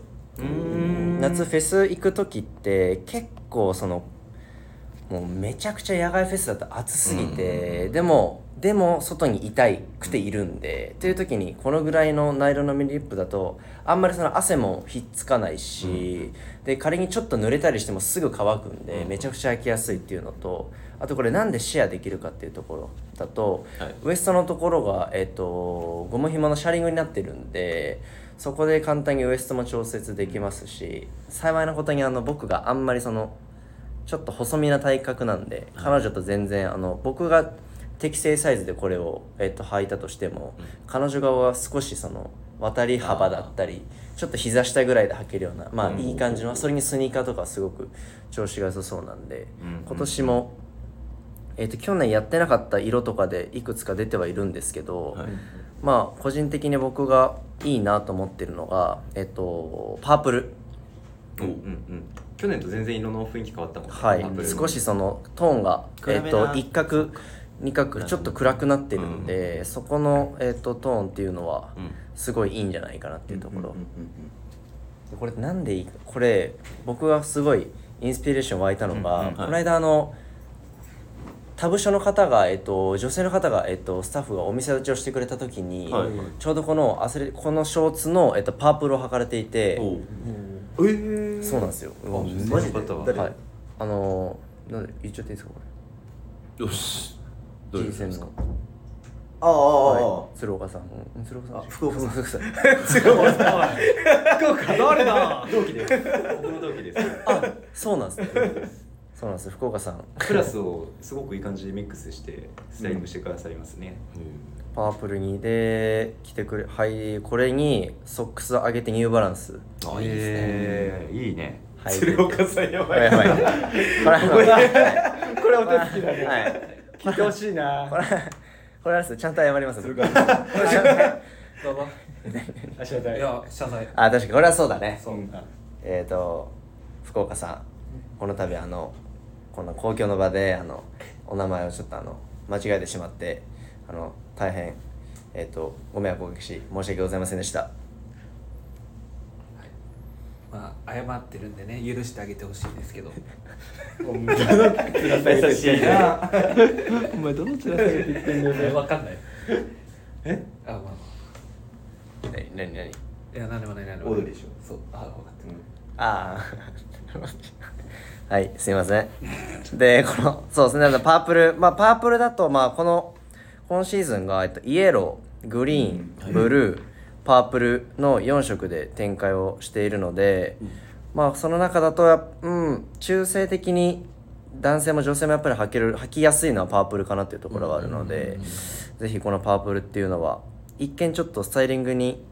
夏フェス行く時って結構そのもうめちゃくちゃ野外フェスだと暑すぎて、でもでも外にいたいくているんで、という時にこのぐらいのナイロンのミニリップだとあんまりその汗もひっつかないし、で仮にちょっと濡れたりしてもすぐ乾くんで、めちゃくちゃ開きやすいっていうのとあとこれなんでシェアできるかっていうところだと、
はい
ウエストのところが、えっとゴム紐のシャーリングになってるんでそこで簡単にウエストも調節できますし幸いなことにあの僕があんまりそのちょっと細身な体格なんで彼女と全然あの僕が適正サイズでこれを、えっと履いたとしても、彼女側は少しその渡り幅だったりちょっと膝下ぐらいで履けるようなまあいい感じのそれにスニーカーとかすごく調子が良さそうなんで、今年も、えっと去年やってなかった色とかでいくつか出てはいるんですけど、まあ個人的に僕がいいなと思ってるのが、えっとパープル。
うんうん去年と全然色の雰囲気変わったもんね
は
アップ
い、
ル
少しそのトーンが、
暗
え
め
っ
な
と一角二角ちょっと暗くなってるんで、そこの、えっとトーンっていうのは
うん
すごいいいんじゃないかなっていうところ、これなんでいいかこれ僕がすごいインスピレーション湧いたのが、この間あの他部署の方が、えっと、女性の方が、えっと、スタッフがお店立ちをしてくれた時に、
はいはい
ちょうどこのアスレこのショーツの、えっと、パープルを履かれていて
おう
え
そうなんですようわ
マジで誰
はいあのー、なんで言っちゃっていいですかこ
よし
れ
どういうことで
人
す
生
か
の
ああああああ
はい鶴岡さんうん鶴岡さん福岡さん福岡さん
誰 だ
同期です僕の同期です
あそうなん ですねそうなんです福岡さん
クラスをすごくいい感じでミックスしてスタイリングしてくださいますね、
パープルにで来てくれはいこれにソックス上げてニューバランス
あいいですね、
えーいいね
はい
鶴岡さんやばい
やばい これは
これお手つきだね
はい
聞いてほしいな
これはこれはですねちゃんと謝ります僕
バ
あ
バ
知らない
いや謝罪
あ確かにこれはそうだね
そう
えっと福岡さんこの度あのこの公共の場であのお名前をちょっとあの間違えてしまってあの大変えっ、とご迷惑をおかけし申し訳ございませんでした
まあ謝ってるんでね許してあげてほしいんですけど
優しいな
お前どの面下げて言ってんだよ
分かんないえあまあま
何何何
あいや何でもない何でも
オー
ない
ドリーでしょ
そうあ分かった
ああはいすいませんでこのそうですねあのパープルまあパープルだとまあこの今シーズンが、えっと、イエローグリーン、ブルーパープルの4色で展開をしているので、まあその中だとやっうん中性的に男性も女性もやっぱり履ける履きやすいのはパープルかなっていうところがあるので、ぜひこのパープルっていうのは一見ちょっとスタイリングに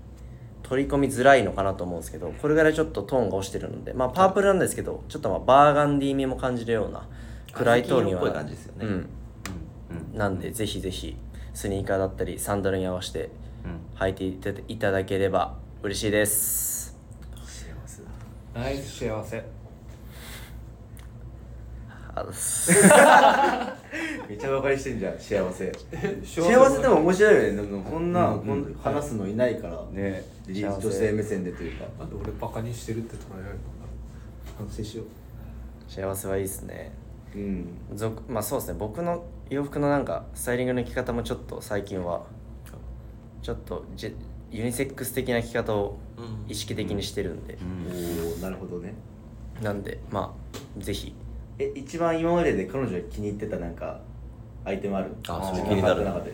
取り込みづらいのかなと思うんですけどこれぐらいちょっとトーンが落ちてるのでまあパープルなんですけどちょっとまあバーガンディー味も感じるような暗いトーンには
赤色っぽい感じですよね
うんなんでぜひぜひスニーカーだったりサンダルに合わせて履いていただいただければ嬉しいです
ナイス幸せ
あざっす
めっちゃバカにしてんじゃん幸せ幸せでも面白いよねでもこんな、こん話すのいないからね女性目線でというか
なんで俺バカにしてるって捉えられたんだろう反省しよう
幸せはいいですね
うん
俗まあそうですね僕の洋服のなんかスタイリングの着方もちょっと最近はちょっとジェユニセックス的な着方を意識的にしてるんで、
おおなるほどね
なんでまあぜひ
え一番今までで彼女が気に入ってたなんかアイテムある
あ
自
それ
分
気になる
の中で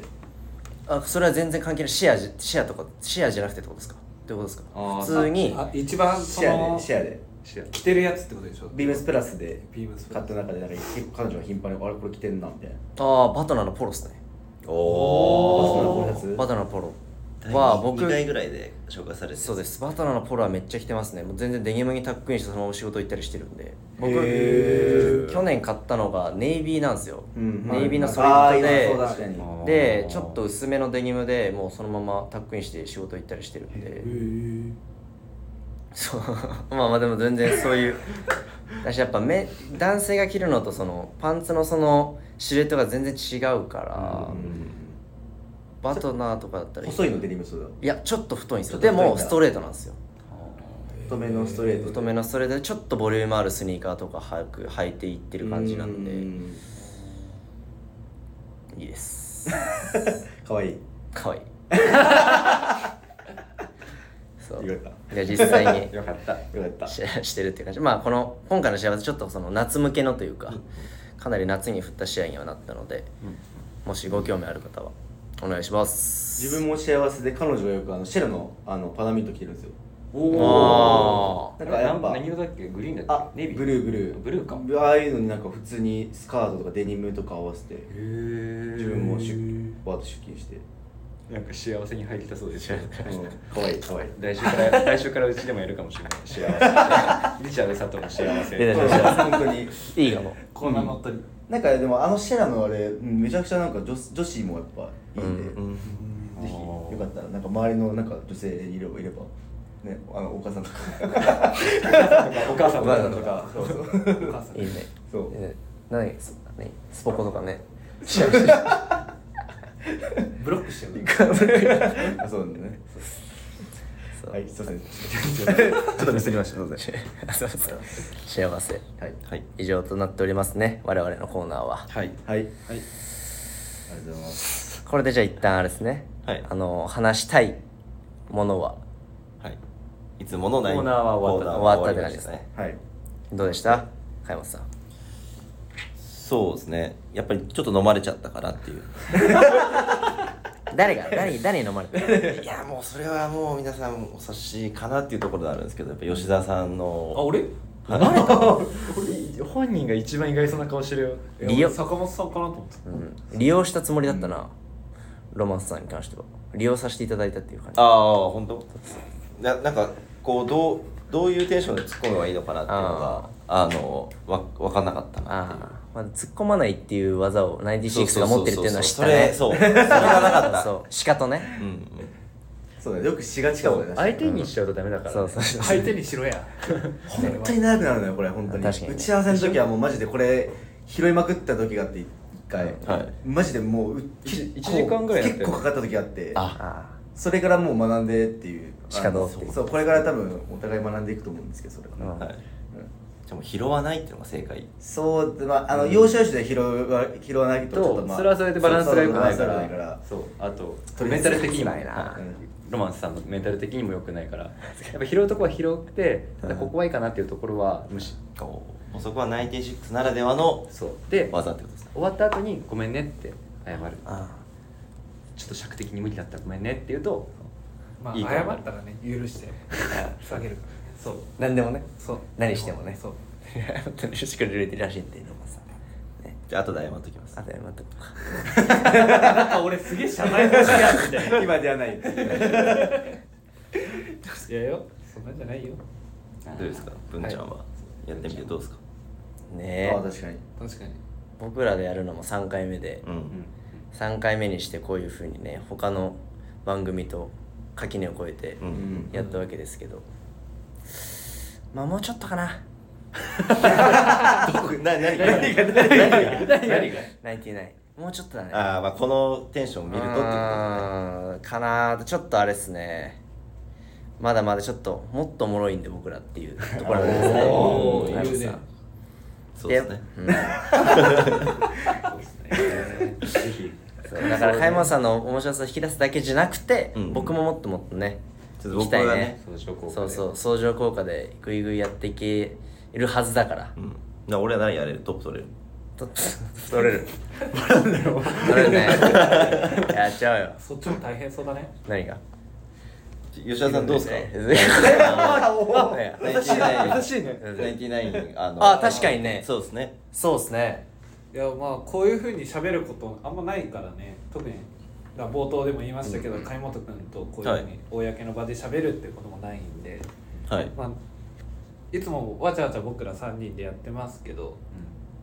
あそれは全然関係ないシェアじシェアとかシェアじゃなくてってことですかってことですか
あー
普通に
あ一番そ
シェア
の
でシェアで
着てるやつってことでしょ
ビームスプラスで
ビームスプ
買
ラ
っ
ス
た中でなんか結構彼女が頻繁に「あれこれ着てんな」みたいな
ああバトナーのポロですね
お
お
お
ー
バトナーのポロは
は
僕
2回ぐらいで紹介されて
そうですバトナーのポロはめっちゃ着てますねもう全然デニムにタックインしてそのまま仕事行ったりしてるんで僕去年買ったのがネイビーなんですよ、
うん
ネイビーのソリ
あ
ッ
ー
ドで
今そう確かに
でちょっと薄めのデニムでもうそのままタックインして仕事行ったりしてるんでそう まあまあでも全然そういう私やっぱめ男性が着るのとそのパンツのそのシルエットが全然違うから、バトナーとかだったら
細
い
いのデニムそうだ
やちょっと太いんですよ
ち
で
ょっと太いんだ
もストレートなんですよ
太めのストレートで
太めのストレートでちょっとボリュームあるスニーカーとか履く履いていってる感じなん
う
で
ん
いいです
かわいい
か わいいそう
よかっ
いや実際に
たよかったよかった
シェアしてる っていう感じまあこの今回の試合はちょっとその夏向けのというか、かなり夏に振った試合にはなったので、もしご興味ある方はお願いします
自分も幸せで彼女がよくあのシェルのあのパナミット着てるんですよ
も
なんかやっぱ
何色だっけグリーンだ
あ
っけネイビー
ブルーブルー
ブルーか
ああいうのになんか普通にスカートとかデニムとか合わせて自分も出バーッと出勤して
なんか幸せに入りたそうですよ
かわいいかわいい
来週から来週からうちでもやるかもしれない幸せリチャード佐藤の幸せ
出てま
本当に
いいかも
こんなのとり
なんかでもあのシェラのあれうんめちゃくちゃなんか女女子もやっぱいいんで、
うん
ぜひよかったらなんか周りのなんか女性いればいればねあのお母さんとか
お母さん
お
とか
母さんとか
そうそう
お母さん
いいね
そう
え何そ何スポコとか ね
ブロックしてる
あそうなんだね
そう
はいすいません
ちょっとミスりましたすいません
幸せ
はい
はい以上となっておりますね我々のコーナーは
はい
はい、はい、ありがとうございます
これでじゃあ一旦あれですね、
はい
あの話したいものは
はいいつもの
コーナーは終わっ
コーナー
た
はりましたね
はい
どうでした加山さん
そうですねやっぱりちょっと飲まれちゃったからっていう
誰が誰誰に飲まれた
いやもうそれはもう皆さんお察しかなっていうところであるんですけどやっぱ吉田さん
あ
の
俺
本人が一番意外そうな顔してるよ
いや
リオ
俺坂本さんかなと思ってた
うん利用したつもりだったな、ロマンスさんに関しては利用させていただいたっていう感じ
ああ本当ななんかこうどうどういうテンションで突っ込めばいいのかなっていうのがあのわ分かんなかったなっていう
ああまだ突っ込まないっていう技を96が持ってるっていうのは知ったね
そうそうそうそうそれそうそれがなかっ た
そうしかとね
うんうん
そうだねよくしがちかもね
相手にしちゃうとダメだから、ね
そうそうそう
相手にしろや
本当に長くなるのよこれ本当に
確かにね
打ち合わせの時はもうマジでこれ拾いまくった時があって一回、
はい
マジでもうう
一
こう
一時間ぐらいやってる
結構かかった時あって
あ
それからもう学んでっていう
しかどう
あの
っていう
そうこれから多分お互い学んでいくと思うんですけどそれは、
うん
はいじゃあもう拾わないっていうのが正解
そうでまああの要所要所で拾わ拾わないとちょっとまあ
それはそれでバランスが良くないか
そうそうバラン
ら
スが良くないから
そうあと
取り
メンタル的にも
辛いな
ロマンスさんのメンタル的にも良くないからやっぱ拾うとこは拾ってただここはいいかなっていうところは無視
こうそこは96ならではの
そうで終
技ってことですね
わった後に「ごめんね」って謝る
ああ
ちょっと尺的に無理だったらごめんねって言うと
まあ
いいかも
謝ったらね許して下げるからそう
あ何でもね
そう
何してもね
そう
本当にしくれるらしいっていうのもさね
じゃあ後で謝っときます
あとやまたとか
なんか俺すげえ謝罪欲しいや つみたいな
今ではな
い
い
やよそんなんじゃないよ
どうですか文ちゃんはやってみてどうですか
ね
ああ
え
確かに
確かに
僕らでやるのも3回目で、
うん
3回目にしてこういうふうにね他の番組と垣根を越えて
うんうん
やったわけですけど、まあもうちょっとかな
な何が何が
泣いてないもうちょっとだね
ああまあこのテンションを見るとってことだ
う
ね
ーんかなーとちょっとあれっすねまだまだちょっともっとおもろいんで僕らっていうところなんですね
おー
はい
言うね
そうですね
うんそうだから加山さんの面白さを引き出すだけじゃなくて、
うん
僕ももっともっとね
ちょっと
行き
僕
たい
が
ね
ね
相乗効果
そ
で
うそう相乗効果でぐいぐいやっていけるはずだから
うんな俺は何やれるトップ取れる
と 取れる取れるねやっちゃうよ
そっちも大変そうだね
何 が
吉田さんどうですか
か
99しいね99あの
あ確かにね
そうですね
そうですね
いやまあこういうふうに喋ることあんまないからね特にだから冒頭でも言いましたけど貝本君とこういうふうに公の場で喋るってこともないんで、
はい
まあいつもわちゃわちゃ僕ら3人でやってますけど、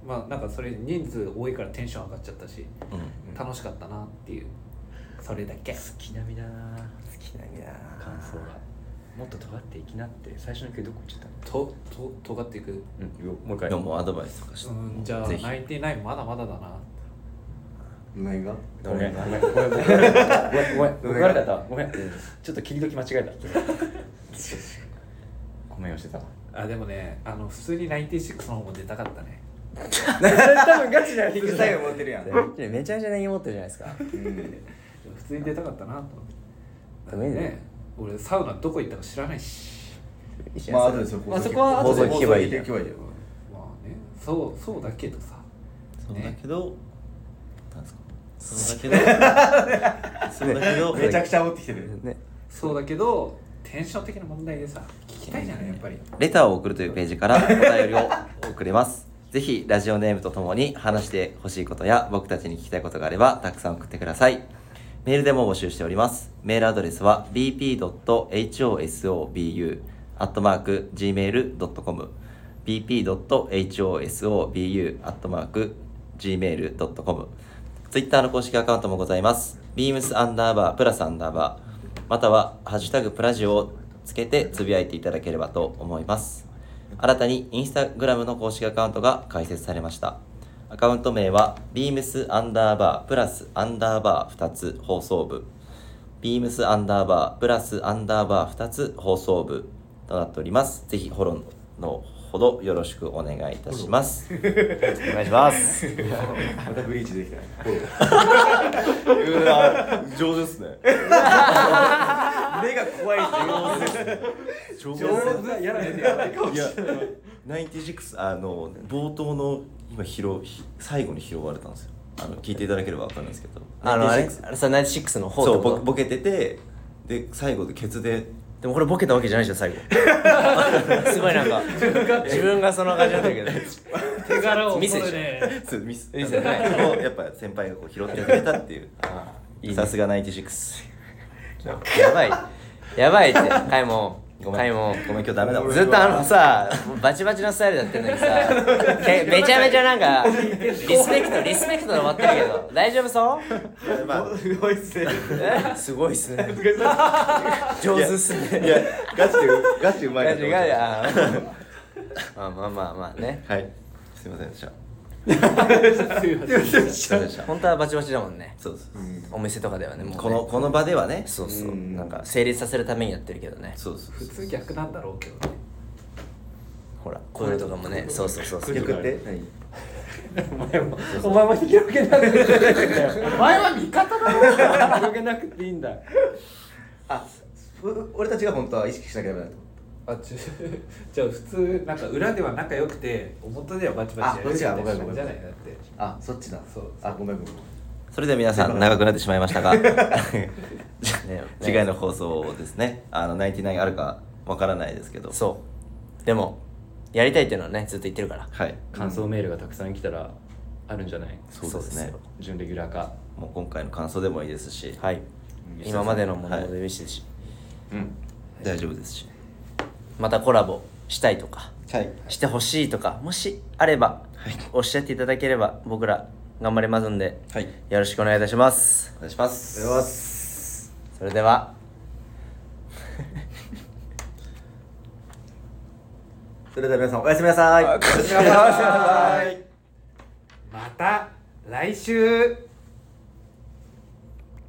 まあなんかそれ人数多いからテンション上がっちゃったし
うん
楽しかったなっていうそれだけ
月並みだな
好きなんだな
感想がもっと尖っていきなって最初の曲どこ行っちゃったの
とと尖っていく
うんよもう一回
でももうアドバイスとかして
うんじゃあ
ぜひ
99まだまだだな
何が
ごめんごめんごめんごめんごめんごめん怒られたごめんちょっと切り時間違えたごめんよしてた
あでもねあの普通に96の方も出たかったね
多分ガチだよ
聞く作業持ってるやん
めちゃめちゃネギ持ってるじゃないですか
普通に出たかったなと
ダ
思
メ
って
だよ
ね俺サウナどこ行ったか知らないし
まあ後でそこ
まあそこは
後で
放送聞い
放
て聞けばいいよ
まあねそうそうだけどさ
そうだ
ね
けどなんですかそうだけどそうだけど
めちゃくちゃ煽ってきてる
ね
そうだけどテンション的な問題でさ聞きたいじゃないやっぱり
レターを送るというページからお便りを送れます。ぜひラジオネームとともに話してほしいことや僕たちに聞きたいことがあればたくさん送ってください。メールでも募集しております。メールアドレスは bp.hosobu.gmail.com bp.hosobu.gmail.com ツイッターの公式アカウントもございます。beams アンダーバープラスアンダーバーまたはハッシュタグプラジオをつけてつぶやいていただければと思います。新たにインスタグラムの公式アカウントが開設されました。アカウント名は beams アンダーバープラスアンダーバー2つ放送部 beams アンダーバープラスアンダーバー2つ放送部となっております。ぜひフォローのほどよろしくお願いいたします。
お願いします
またブリーチできたね
うわ上手ですね。
目が怖い
上
上手だやられてやばいかも
いや、96、あの、冒頭の、今、拾う、ひ最後に拾われたんですよ。あの、聞いていただければわかるんですけど。
あのあれ
96
あれさナイトシックスの方って
そ
こ
う
と
ボ、ボケてて、で、最後でケツで、
でもこれボケたわけじゃないじゃん最後すごいなんか自分がその感じなんだけど
手柄を
ミスでしょ
これね
そうミス、ミスじゃない。をやっぱ先輩がこう拾ってくれたっていう。
いいね
さすが96。
やばいやばいってカイモンカイモン
ごめん、今日ダメだわ。
ずっとあのさバチバチのスタイルだってるのにさけめちゃめちゃなんかリスペクトリスペクトで終わってるけど大丈夫そう
まあ
すごいっすね
えすごいっす ね上手っすね
いや、ガチで、ガチうまいな
ガ
と
チ
思っ
ガ
て
チ
ま
あーまあまあまあまあね
したはい。すいません でした。すいませんでした。
本当はバチバチだもんね
そうです。
お店とかではねもうね
この、この場ではね。
そうそううんなんか成立させるためにやってるけどね
そうそう
普
そう。
通逆なんだろうけどね
ほらこういうとかもねそうそうそうそう
逆って何
お前も広げなくていいんだよ。お前は味方だろ。広げなくていいんだ。
あふ俺たちが本当は意識しなきゃダメだと思った
あちゅじゃあ普通なんか裏では仲良くて表ではバチバチやるみたいな
あこっちはごめんごめん
じゃないだって
あそっちだ
そう
あごめんごめん
それでは皆さん長くなってしまいましたが
ね
次回の放送をですねあの99あるかわからないですけど
そうでもやりたいっていうのはねずっと言ってるから
はい
感想メールがたくさん来たらあるんじゃない
そうです
そうです
ね
よ
準レギュラーか
もう今回の感想でもいいですし、
はい
うん
今までのものも
はい
いいですし
大丈夫ですし
またコラボしたいとか
はい
してほしいとかもしあればおっしゃっていただければ僕ら頑張りますんで
はい
よろしくお願いいたします
お願いします
それでは
それでは皆さんおやすみなさい
また来週